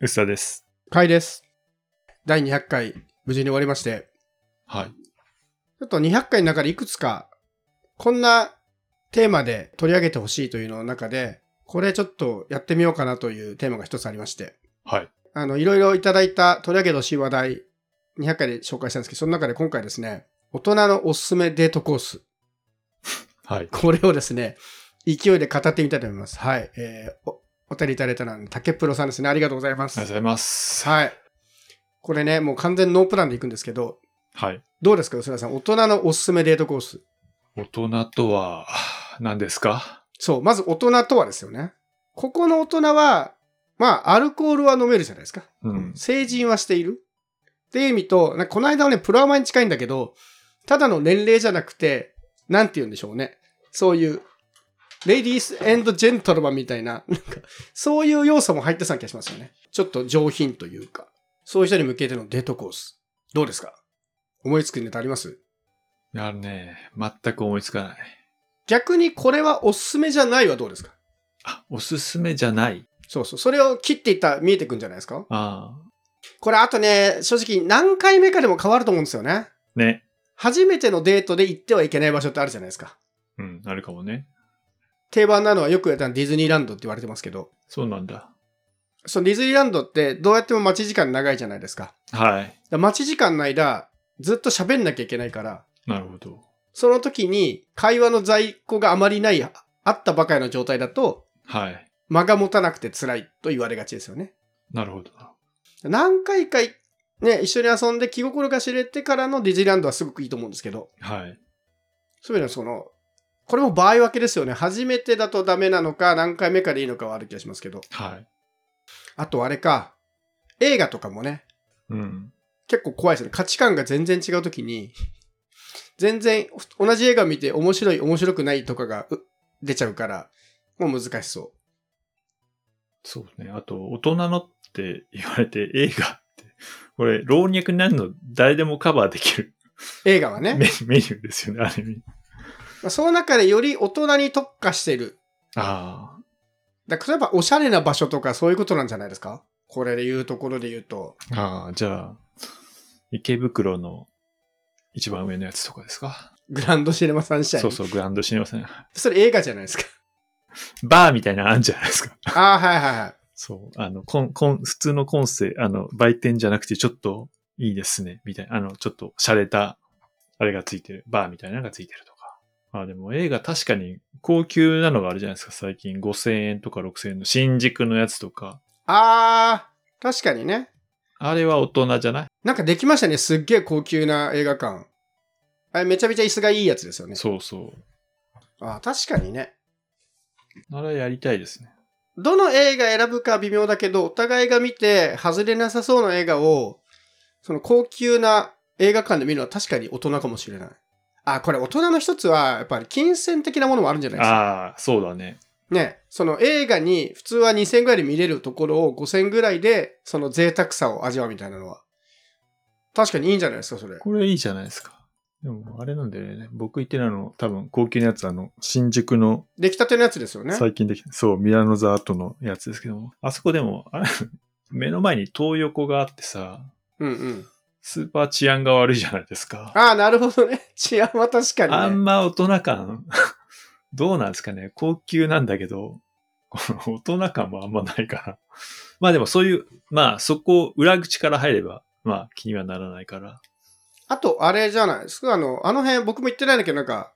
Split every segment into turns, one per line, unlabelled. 薄田です。
回です。第200回、無事に終わりまして、
はい。
ちょっと200回の中でいくつか、こんなテーマで取り上げてほしいというのの中で、これちょっとやってみようかなというテーマが一つありまして、
はい。
あの、いろいろいただいた取り上げてほしい話題、200回で紹介したんですけど、その中で今回ですね、大人のおすすめデートコース、
はい。
これをですね、勢いで語ってみたいと思います。はい。えーお、お便りいただいたのは、竹プロさんですね。ありがとうございま
ありがとう
す
ご。ざいます。
はい。これね、もう完全ノープランで行くんですけど、
はい。
どうですか、吉田さん。大人のおすすめデートコース。
大人とは、何ですか
そう、まず大人とはですよね。ここの大人は、まあ、アルコールは飲めるじゃないですか。
うん。
成人はしている。っていう意味と、なんかこの間はね、プロアマに近いんだけど、ただの年齢じゃなくて、なんて言うんでしょうね。そういう、レディースジェントルマンみたいな、なんか、そういう要素も入ってた気がしますよね。ちょっと上品というか、そういう人に向けてのデートコース。どうですか思いつくネタあります
いやね、全く思いつかない。
逆にこれはおすすめじゃないはどうですか
あ、おすすめじゃない。
そうそう。それを切っていったら見えてくんじゃないですか
あ
これあとね、正直何回目かでも変わると思うんですよね。
あ。ね。
初めてのデートで行ってはいけない場所ってあるじゃないですか。
うん、あるかもね。
定番なのはよくやったのディズニーランドって言われてますけど、
そうなんだ。
そのディズニーランドってどうやっても待ち時間長いじゃないですか。だか
はい。
ら待ち時間の間、ずっと喋んなきゃいけないから、
なるほど。
その時に会話の在庫があまりない、あったばかりの状態だと、
はい。
間が持たなくて辛いと言われがちですよね。
なるほどな。
何回かいね、一緒に遊んで気心が知れてからのディズニーランドはすごくいいと思うんですけど、
はい。
そういうのはその、これも場合分けですよね。初めてだとダメなのか、何回目かでいいのかはある気がしますけど。
はい。
あとあれか、映画とかもね、
うん。
結構怖いですよね。価値観が全然違うときに、全然同じ映画見て面白い、面白くないとかがう出ちゃうから、もう難しそ
そうね。あと、大人のって言われて映画って、これ、老若男女誰でもカバーできる
う。映画はね。
メメニューですよね、ある意味。
まあその中でより大人に特化してる
あ
だから例えば、おしゃれな場所とかそういうことなんじゃないですかこれで言うところで言うと。
あ。ああ、じゃあ、池袋の一番上のやつとかですか
グランドシネマサンシャイン。
そうそう、グランドシネマさん。
それ映画じゃないですか。
バーみたいなのあるんじゃないですか。
ああ、はいはいはい。
そう、あの、こんこん普通のコンセ、あの、売店じゃなくて、ちょっといいですね、みたいな、あの、ちょっと洒落た、あれがついてる、バーみたいなのがついてるとか。あ、でも映画確かに高級なのがあるじゃないですか、最近。5000円とか6000円の新宿のやつとか。
ああ、確かにね。
あれは大人じゃない
なんかできましたね。すっげえ高級な映画館。あれめちゃめちゃ椅子がいいやつですよね。
そうそ
ああ、確かにね。
う。あれやりたいですね。
どの映画選ぶか微妙だけど、お互いが見て外れなさそうな映画を、その高級な映画館で見るのは確かに大人かもしれない。ああ、これ大人の一つは、やっぱり金銭的なものもあるんじゃないですか。
ああ、そうだね。
ね、その映画に普通は2000ぐらいで見れるところを5000ぐらいでその贅沢さを味わうみたいなのは。確かにいいんじゃないですか、それ。
これいいじゃないですか。でも、あれなんだよね。僕言ってるの、多分、高級なやつ、あの、新宿の
出来たてのやつですよね。
最近できた、そう、ミラノザートのやつですけども、あそこでも、あ目の前に東横があってさ、
うんうん。
スーパー治安が悪いじゃないですか。
ああ、なるほどね。 治安は確かに、ね。
あんま大人感、 どうなんですかね。高級なんだけど、この大人感もあんまないから。まあでもそういう、まあそこ、裏口から入れば、まあ気にはならないから。
あと、あれじゃないですか、あの、あの辺僕も行ってないんだけど、なんか、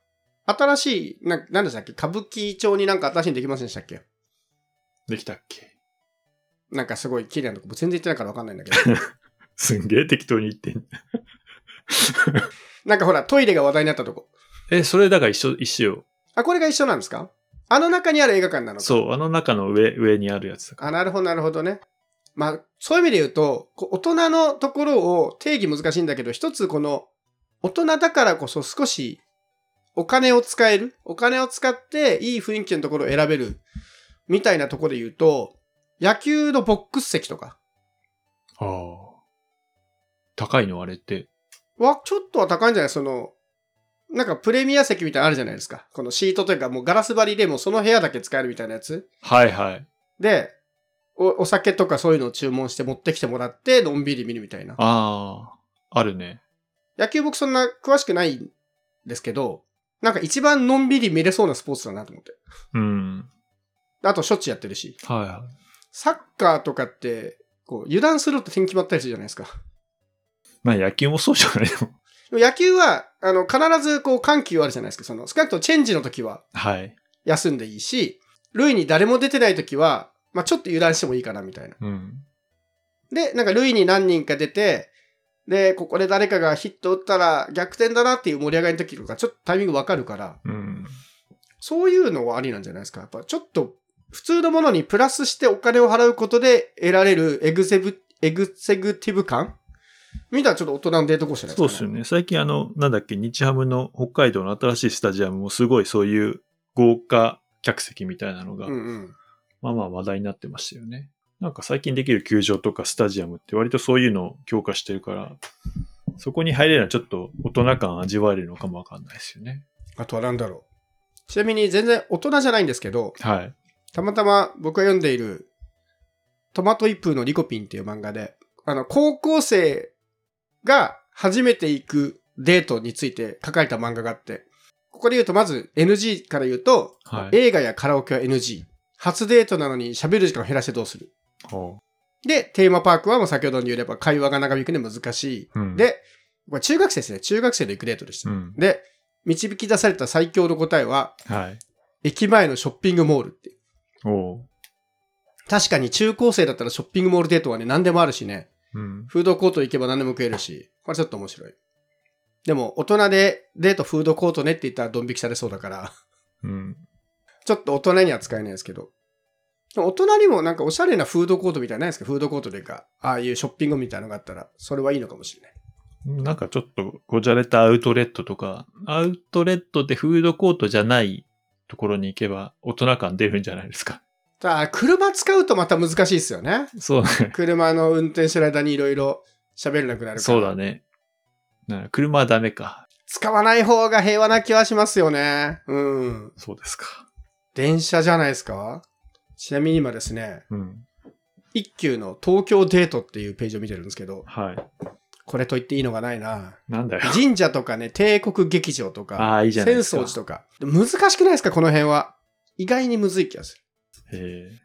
新しい、な、なんでしたっけ歌舞伎町になんか新しいのできませんでしたっけ
できたっけ
なんかすごい綺麗なとこ、全然行ってないからわかんないんだ けど。
すんげえ適当に言ってん
なんかほら、トイレが話題になったとこ。
え、それだから一緒、一緒よ。
あ、これが一緒なんですかあの中にある映画館なのか。
そう、あの中の上、上にあるやつだから。
あ、なるほど、なるほどね。まあ、そういう意味で言うと、こう大人のところを定義難しいんだけど、一つこの、大人だからこそ少しお金を使える、お金を使っていい雰囲気のところを選べる、みたいなところで言うと、野球のボックス席とか
ああ。高いのあれって。
はちょっとは高いんじゃないその、なんかプレミア席みたいなのあるじゃないですか。このシートというかもうガラス張りでもうその部屋だけ使えるみたいなやつ。
はいはい。
で、おお酒とかそういうのを注文して持ってきてもらって、のんびり見るみたいな。
ああ、あるね。
野球僕そんな詳しくないんですけど、なんか一番のんびり見れそうなスポーツだなと思って。
うん。
あとしょっちゅうやってるし。
はいは
サッカーとかって、こう、油断すると点決まったりするじゃないですか。
い。まあ野球も そうじゃないの。
でも野球は、あの、必ずこう、緩急あるじゃないですか。その、少なくともチェンジの時は
はい。
休んでいいし、塁に誰も出てない時は、まあちょっと油断してもいいかなみたいな。
うん。
で、なんか塁に何人か出て、で、ここで誰かがヒット打ったら逆転だなっていう盛り上がりの時とか、ちょっとタイミングわかるから、
うん。
そういうのはありなんじゃないですか。やっぱちょっと、普通のものにプラスしてお金を払うことで得られるエグゼブ、エグゼグティブ感みたいなちょっと大人のデート講師じゃない
そう
で
っ
すか、
すよ。ね。最近あの、なんだっけ、日ハムの北海道の新しいスタジアムもすごいそういう豪華客席みたいなのが、
うんうん。
まあまあ話題になってましたよね。なんか最近できる球場とかスタジアムって割とそういうのを強化してるから、そこに入れるのはちょっと大人感味わえるのかもわかんないですよね。
あとは何だろう。ちなみに全然大人じゃないんですけど、
はい。
たまたま僕が読んでいる、トマト一風のリコピンっていう漫画で、あの、高校生が初めて行くデートについて書かれた漫画があって、ここで言うとまず NG から言うと、
はい。
映画やカラオケは NG。初デートなのに喋る時間を減らしてどうする
ほ
で、テーマパークはもう先ほどに言えば会話が長引くので難し
うう
い。
ん、
で、これ中学生ですね。中学生の行くデートでした。
うん。
で、導き出された最強の答えは、
はい。
駅前のショッピングモールっていう。
おう。
確かに中高生だったらショッピングモールデートはね、何でもあるしね。
うん。
フードコート行けば何でも食えるし。これちょっと面白い。でも、大人でデートフードコートねって言ったらドン引きされそうだから。
うん。
ちょっと大人には使えないですけど。でも大人にもなんかおしゃれなフードコートみたいなのないですかフードコートというか、ああいうショッピングみたいなのがあったら、それはいいのかもしれない。
なんかちょっとこじゃれたアウトレットとか、アウトレットでフードコートじゃないところに行けば大人感出るんじゃないですか。
ただ、車使うとまた難しいですよね。
そうね。
車の運転してる間にいろいろ喋れなくなるから。
そうだ。ね。な車はダメか。
使わない方が平和な気はしますよね。うん。
そうですか。
電車じゃないですかちなみに今ですね、
うん。
一休の東京デートっていうページを見てるんですけど、
はい。
これと言っていいのがな いな。
なんだよ。
神社とかね、帝国劇場とか。
ああ、いいじゃない
浅
ですか。
草寺とか。難しくないですかこの辺は。意外にむずい気がする。
へえ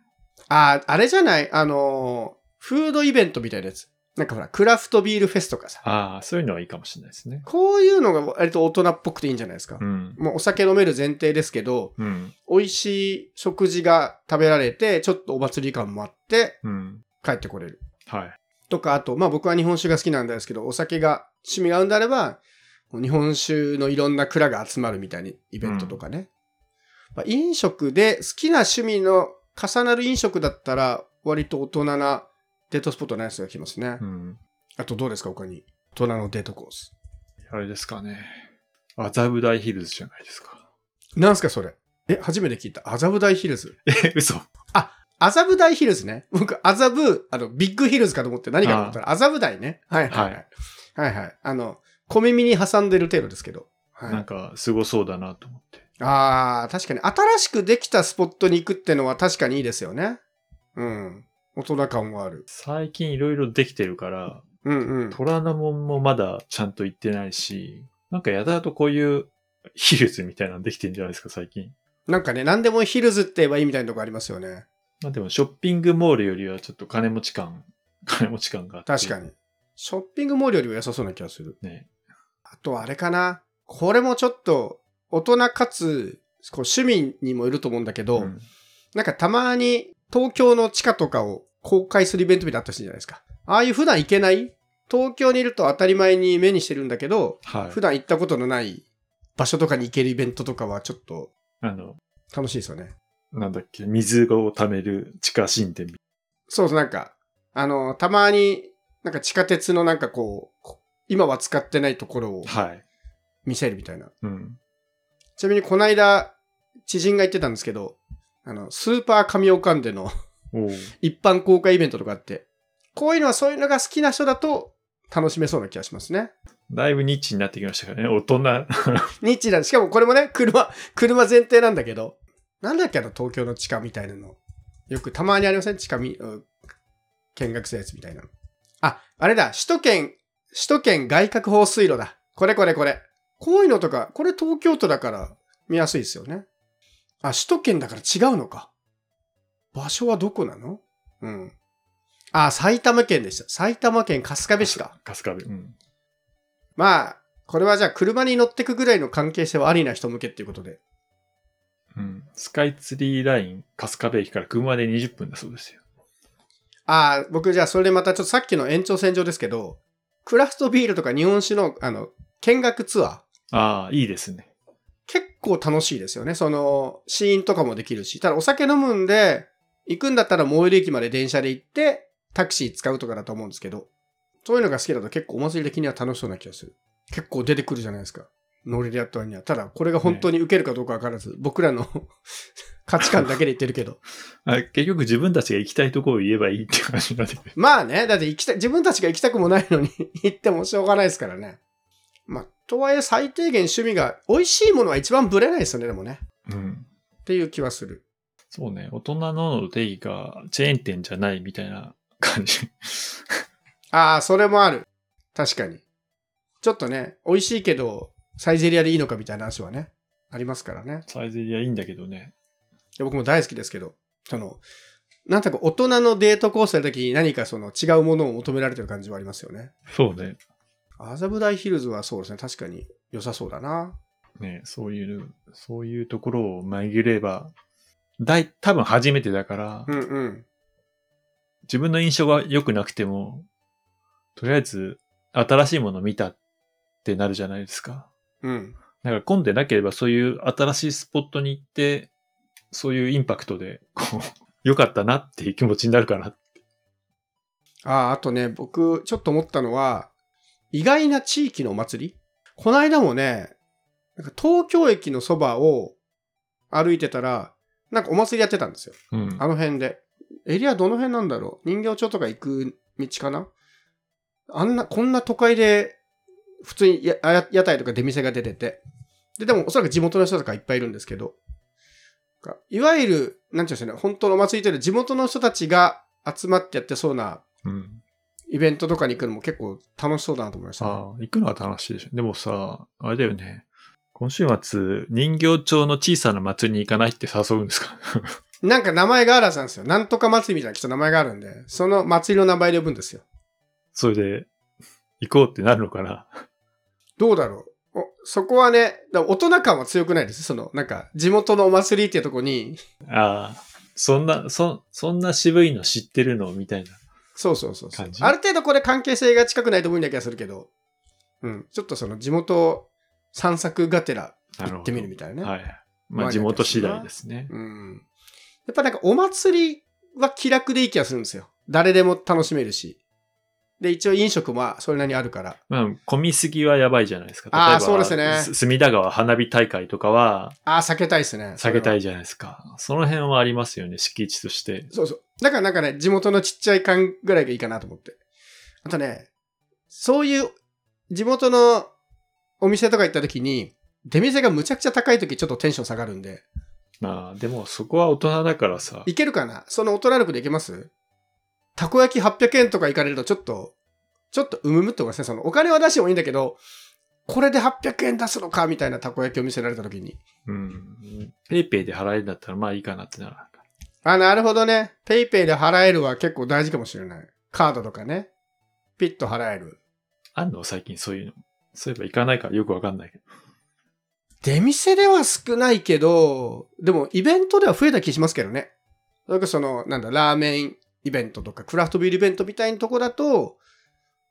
ああ、あれじゃないあのーフードイベントみたいなやつ。なんかほら、クラフトビールフェスとかさ。
ああ、そういうのはいいかもしれないですね。
こういうのが割と大人っぽくていいんじゃないですか。
うん。
もうお酒飲める前提ですけど、
うん。
美味しい食事が食べられて、ちょっとお祭り感もあって、
うん。
帰ってこれる。
はい。
とか、あと、まあ僕は日本酒が好きなんですけど、お酒が趣味が合うんであれば、日本酒のいろんな蔵が集まるみたいなイベントとかね。まあ、飲食で好きな趣味の重なる飲食だったら、割と大人なデートスポットのやつが来ますね。
うん。
あとどうですか他に。大人のデートコース。
あれですかね。麻布台ヒルズじゃないですか。
なんすかそれ。え、初めて聞いた。麻布台ヒルズ。
え、嘘。
麻布台ヒルズね。僕、麻布、あの、ビッグヒルズかと思って何かと思ったら、麻布台ね。はいはいはい。はいはい。あの、小耳に挟んでる程度ですけど。はい、
なんか、すごそうだなと思って。
ああ、確かに。新しくできたスポットに行くってのは確かにいいですよね。うん。大人感もある。
最近いろいろできてるから、
うんうん。
虎ノ門もまだちゃんと行ってないし、なんかやたらとこういうヒルズみたいなのできてんじゃないですか、最近。
なんかね、何でもヒルズって言えばいいみたいなとこありますよね。
まあでも、ショッピングモールよりはちょっと金持ち感、金持ち感があって。
確かに。ショッピングモールよりも良さそうな気がする。
ね。
あとあれかな。これもちょっと、大人かつ、こう趣味にもよると思うんだけど、
うん
なんかたまに東京の地下とかを公開するイベントみたいなのあったりするじゃないですか。ああいう普段行けない東京にいると当たり前に目にしてるんだけど、
はい
普。段行ったことのない場所とかに行けるイベントとかはちょっと
あの、
楽しいですよね。
なんだっけ、水を溜める地下神殿み
そうそう、なんか、あの、たまになんか地下鉄のなんかこうこ、今は使ってないところを
はい。
見せるみたいな。
うん。
ちなみにこの間、知人が言ってたんですけど、あの、スーパー神岡んでの
おう
一般公開イベントとかあって、こういうのはそういうのが好きな人だと楽しめそうな気がしますね。
だいぶニッチになってきましたからね、大人。
ニッチなんでしかもこれもね、車、車前提なんだけど、なんだっけな、東京の地下みたいなの。よくたまにありません地下み、うん見学したやつみたいなの。あ、あれだ、首都圏、首都圏外郭放水路だ。これこれこれ。こういうのとか、これ東京都だから見やすいですよね。あ、首都圏だから違うのか。場所はどこなのうん。あ、埼玉県でした。埼玉県春日部 市か。
春日部。うん。
まあ、これはじゃあ車に乗ってくぐらいの関係性はありな人向けっていうことで。
うん。スカイツリーライン、春日部駅から車で20分だそうですよ。
ああ、僕じゃあそれでまたちょっとさっきの延長線上ですけど、クラフトビールとか日本酒のあの、見学ツアー、
ああ、いいですね。
結構楽しいですよね。その、試飲とかもできるし、ただお酒飲むんで、行くんだったら最寄り駅まで電車で行って、タクシー使うとかだと思うんですけど、そういうのが好きだと結構お祭り的には楽しそうな気がする。結構出てくるじゃないですか。ノリでやった割には。ただ、これが本当に受けるかどうかわからず、僕らの 価値観だけで言ってるけど。
あ結局自分たちが行きたいところを言えばいいっていう感じになってくる。
まあね、だって行きたい、自分たちが行きたくもないのに 行ってもしょうがないですからね。まあ、とはいえ最低限趣味が、美味しいものは一番ブレないですよね、でもね。
うん。
っていう気はする。
そうね。大人の定義がチェーン店じゃないみたいな感じ。
ああ、それもある。確かに。ちょっとね、美味しいけど、サイゼリアでいいのかみたいな話はね、ありますからね。
サイゼリアいいんだけどね。
で僕も大好きですけど、その、なんとか大人のデートコースの時に何かその違うものを求められてる感じはありますよね。
そうね。
麻布台ヒルズはそうですね、確かに良さそうだな。
ね、そういう、そういうところを紛れば、だい、多分初めてだから、
うんうん。
自分の印象が良くなくても、とりあえず新しいもの見たってなるじゃないですか。
うん。
なんか混んでなければそういう新しいスポットに行って、そういうインパクトで、こう、 良かったなっていう気持ちになるかな。
ああ、あとね、僕、ちょっと思ったのは、意外な地域のお祭りこないだもね、なんか東京駅のそばを歩いてたら、なんかお祭りやってたんですよ。
うん。
あの辺で。エリアどの辺なんだろう人形町とか行く道かなあんな、こんな都会で、普通にやや屋台とか出店が出てて。で、でもおそらく地元の人とかいっぱいいるんですけど、なんかいわゆる、なんていうんですかね、本当のお祭りというより地元の人たちが集まってやってそうな
うん。
イベントとかに行くのも結構楽しそうだなと思いましたね、
ああ、行くのは楽しいでしょ。でもさ、あれだよね。今週末、人形町の小さな祭りに行かないって誘うんですか
なんか名前があるはずなんですよ。なんとか祭りみたいなきっと名前があるんで、その祭りの名前で呼ぶんですよ。
それで、行こうってなるのかな
どうだろうおそこはね、だ大人感は強くないです。その、なんか、地元のお祭りっていうとこに、
ああ、そんな、そ、そんな渋いの知ってるのみたいな。
そうそうそうそう
感。じ
ある程度これ関係性が近くないと無理な気がするけど、うん、ちょっとその地元散策がてら行ってみるみたいなね。
はい。ま
ま
あ
あ
地元次第ですね。
うん。やっぱなんかお祭りは気楽でいい気がするんですよ。誰でも楽しめるし。で、一応飲食もそれなりにあるから。
まあ、混みすぎはやばいじゃないですか。
あー
例えば
そうですね
隅田川花火大会とかは
ああ、避けたいですね。
避けたい
そ
じゃないですか。その辺はありますよね、敷地として。
れはそうそう。だからなんかね、地元のちっちゃい感ぐらいがいいかなと思って。あとね、そういう地元のお店とか行った時に、出店がむちゃくちゃ高い時ちょっとテンション下がるんで、
まあ、でもそこは大人だからさ。
いけるかなその大人力でいけますたこ焼き800円とか行かれるとちょっと、ちょっとうむむって思いますね。そのお金は出してもいいんだけど、これで800円出すのかみたいなたこ焼きを見せられた時に。
うん。ペイペイで払えるんだったらまあいいかなってなる。
あ、なるほどね。ペイペイで払えるは結構大事かもしれない。カードとかね。ピッと払える。
あんの最近そういうの。そういえば行かないからよくわかんないけど。
出店では少ないけど、でもイベントでは増えた気しますけどね。それこそその、なんだ、ラーメンイベントとか、クラフトビールイベントみたいなとこだと、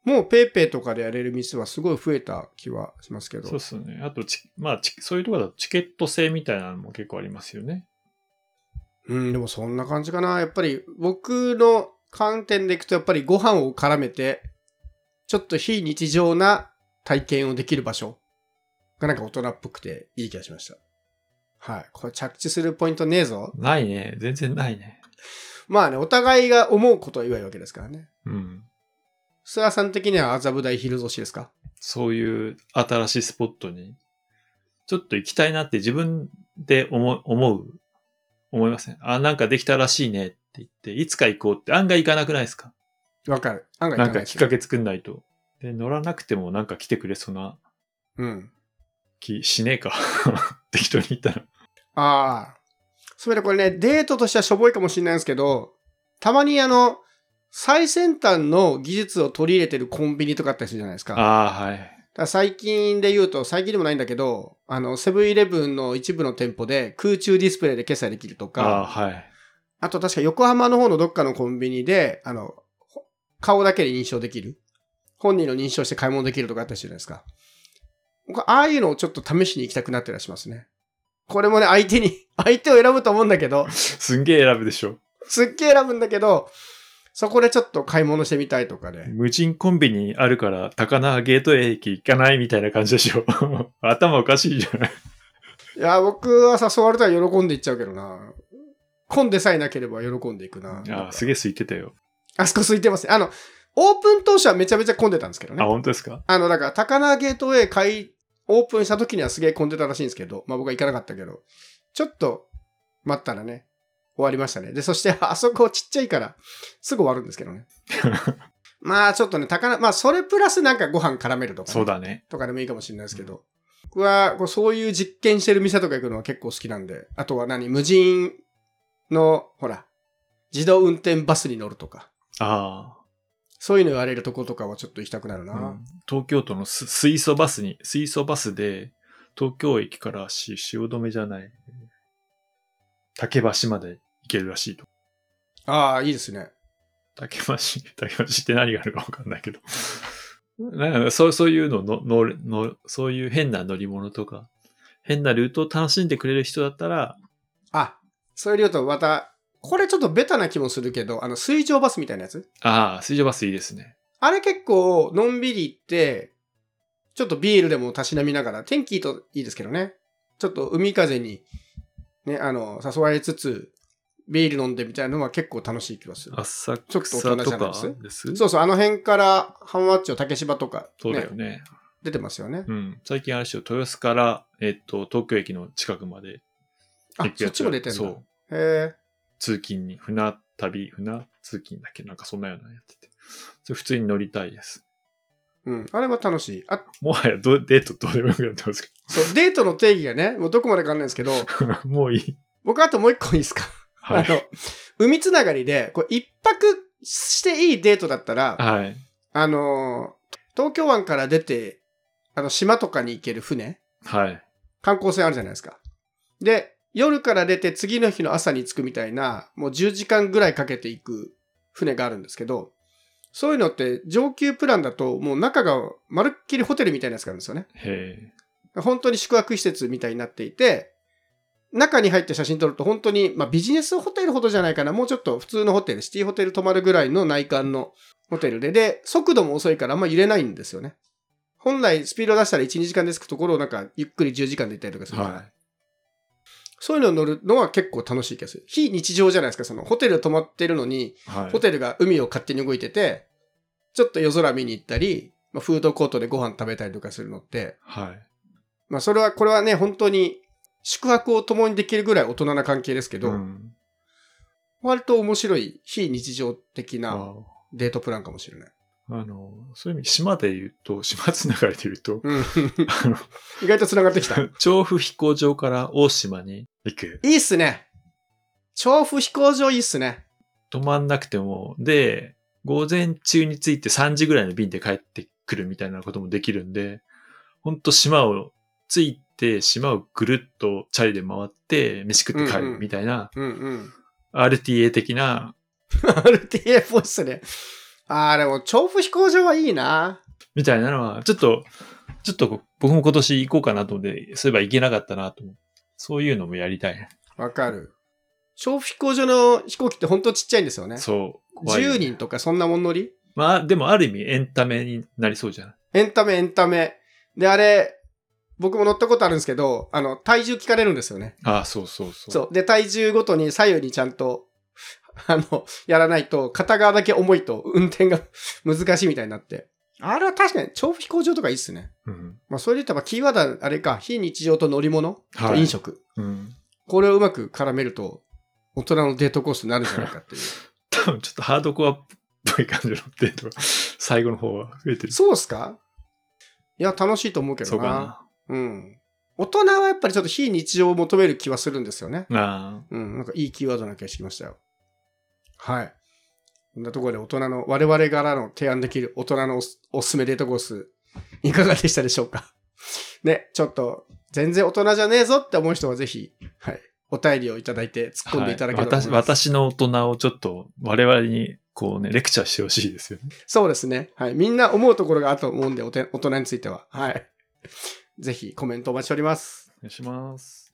もうペイペイとかでやれる店はすごい増えた気はしますけど。
そうっすよね。あとち、まあち、そういうところだとチケット制みたいなのも結構ありますよね。
うん、でもそんな感じかな。やっぱり僕の観点でいくと、やっぱりご飯を絡めて、ちょっと非日常な体験をできる場所がなんか大人っぽくていい気がしました。はい。これ着地するポイントねえぞ。
ないね。全然ないね。
まあね、お互いが思うことは言わないわけですからね。
うん。
菅さん的には麻布台ヒルズ推しですか
そういう新しいスポットに、ちょっと行きたいなって自分で思う、思う、思いません。あ、なんかできたらしいねって言って、いつか行こうって案外行かなくないですか
わかる。案外
なん
高
か
いで
きっ
す
か
ね。
け作んないと。で、乗らなくてもなんか来てくれそうな
うん。
気しねえか。 適当に言ったら。
ああ。それでこれね、デートとしてはしょぼいかもしれないんですけど、たまにあの、最先端の技術を取り入れてるコンビニとかあったりするじゃないですか。
ああ、はい。
だから最近で言うと、最近でもないんだけど、あの、セブンイレブンの一部の店舗で空中ディスプレイで決済できると
ああ、
か、あ
はい。
と確か横浜の方のどっかのコンビニで、あの、ほ顔だけで認証できる。本人の認証して買い物できるとかあったりするじゃないですか。僕ああいうのをちょっと試しに行きたくなってらしますね。これもね、相手に、 相手を選ぶと思うんだけど、
すんげえ選ぶでしょ。
すっげえ選ぶんだけど、そこでちょっと買い物してみたいとかで、
無人コンビニあるから高輪ゲートウェイ駅行かないみたいな感じでしょ。 頭おかしいじゃない。
いや、僕は誘われたら喜んでいっちゃうけどな。混んでさえなければ喜んでいくな。
ああ、すげえ空いてたよ。
あそこ空いてますね。あの、オープン当初はめちゃめちゃ混んでたんですけどね
あ、。本当ですか
あの、だから、高輪ゲートウェイ開、オープンした時にはすげえ混んでたらしいんですけど、まあ僕は行かなかったけど、ちょっと待ったらね、終わりましたね。で、そして、 あそこちっちゃいから、すぐ終わるんですけど ね。まあちょっとね、高輪、まあそれプラスなんかご飯絡めるとかね、
そうだね。
とかでもいいかもしれないですけど、僕はこうそういう実験してる店とか行くのは結構好きなんで、あとは何、無人の、ほら、自動運転バスに乗るとか、
あ
そういうの言われるとことかはちょっと行きたくなるな。
あ、うん東京都のす水素バスに、水素バスで、東京駅からし汐留じゃない、竹橋まで行けるらしいと。
ああ、いいですね。
竹橋、 竹橋って何があるかわかんないけど。 なんかそうそういうのの乗る乗るそういう変な乗り物とか、変なルートを楽しんでくれる人だったら、
あ、それで言うとまた、これちょっとベタな気もするけど、あの、水上バスみたいなやつ
ああ、水上バスいいですね。
あれ結構、のんびり行って、ちょっとビールでもたしなみながら、天気いいといいですけどね。ちょっと海風に、ね、あの、誘われつつ、ビール飲んでみたいなのは結構楽しい気がする。
浅
ちょっと大
草
人じ
と
ゃな
か
いです
です
そうそう、あの辺から浜松町竹芝とか、
そうだよ
ね
ね。
出てますよね。
うん。最近あれでしょ、豊洲から、えっと、東京駅の近くまで。
あ
行、く
そ
や
っ
つ
ちも出てんだ。
そ
へ
う。
え。
通勤に、船旅、船通勤だっけなんかそんなようなのやってて。それ普通に乗りたいです。
うん、あれは楽しい。あ、
もはやどデートどうでもよくなってますけ
そう、デートの定義がね、もうどこまでかわかんないんですけど、
ど。 もういい。
僕あともう一個いいですか
は
あの
い。、
海つながりで、こう、一泊していいデートだったら、あ
はい。
のー、東京湾から出て、あの、島とかに行ける船、
はい。
観光船あるじゃないですか。で、夜から出て次の日の朝に着くみたいな、もう10時間ぐらいかけて行く船があるんですけど、そういうのって上級プランだともう中がまるっきりホテルみたいなやつがあるんですよね。
へ
本当に宿泊施設みたいになっていて、中に入って写真撮ると本当に、まあ、ビジネスホテルほどじゃないかな。もうちょっと普通のホテル、シティホテル泊まるぐらいの内観のホテルで、で、速度も遅いからあんま揺れないんですよね。本来スピード出したら1、2時間で着くところをなんかゆっくり10時間で行ったりとかす
え。
るから、
はい。
そういうの乗るのは結構楽しい気がする。非日常じゃないですか。そのホテル泊まってるのに、
はい。
ホテルが海を勝手に動いてて、ちょっと夜空見に行ったり、まあ、フードコートでご飯食べたりとかするのって、
はい。
まあそれは、これはね、本当に宿泊を共にできるぐらい大人な関係ですけど、
うん
割と面白い非日常的
あ
なデートプランかもしれない。
あの、そういう意味、島で言うと、島つながりで言うと、
うん
あの
意外と繋がって きた。い
調布飛行場から大島に行く。
いっすね。調布飛行場いいっすね。
止まんなくても、で、午前中に着いて3時ぐらいの便で帰ってくるみたいなこともできるんで、ほんと島を着いて、島をぐるっとチャリで回って、飯食って帰るみたいな、
うんうん。
RTA 的な、
RTA っぽいっすね。あーでも調布飛行場はいいな。
みたいなのは、ちょっと、ちょっと僕も今年行こうかなと思って、そういえば行けなかったなと思う。そういうのもやりたいね。
わかる。調布飛行場の飛行機って本当ちっちゃいんですよね。
そう。怖いよ
10
ね
人とかそんなもん乗り
まあ、でもある意味エンタメになりそうじゃない
エンタメ、エンタメ。で、あれ、僕も乗ったことあるんですけど、あの、体重聞かれるんですよね。
ああ、そうそうそう。
そう。で、体重ごとに左右にちゃんと、 あの、やらないと、片側だけ重いと、運転が 難しいみたいになって。あれは確かに、調布飛行場とかいいっすね。
うん。
まあ、それで言ったら、キーワード、あれか、非日常と乗り物、
はい
と飲食。
うん。
これをう まく絡めると、大人のデートコースになるんじゃないかっていう。
多分ちょっとハードコアっい感じのデートが、最後の方は増えてる。
そうっすかいや、楽しいと思うけど
そう
な。
か
うん。大人はやっぱりちょっと非日常を求める気はするんですよね。
な。あ
うん、なんかいいキーワードな気がしてきましたよ。はい。こんなところで大人の、我々からの提案できる大人のおすおすすめデートコース、いかがでしたでしょうか ね、ちょっと、全然大人じゃねえぞって思う人はぜひ、はい、お便りをいただいて突
あ。
っ込んでいただけ
は
れ
い
ばと
私
思います、
私の大人をちょっと我々にこうね、レクチャーしてほしいですよね。
そうですね。はい。みんな思うところがあると思うんで、おて大人については。はい。ぜひコメントお待ちしております。
お願いします。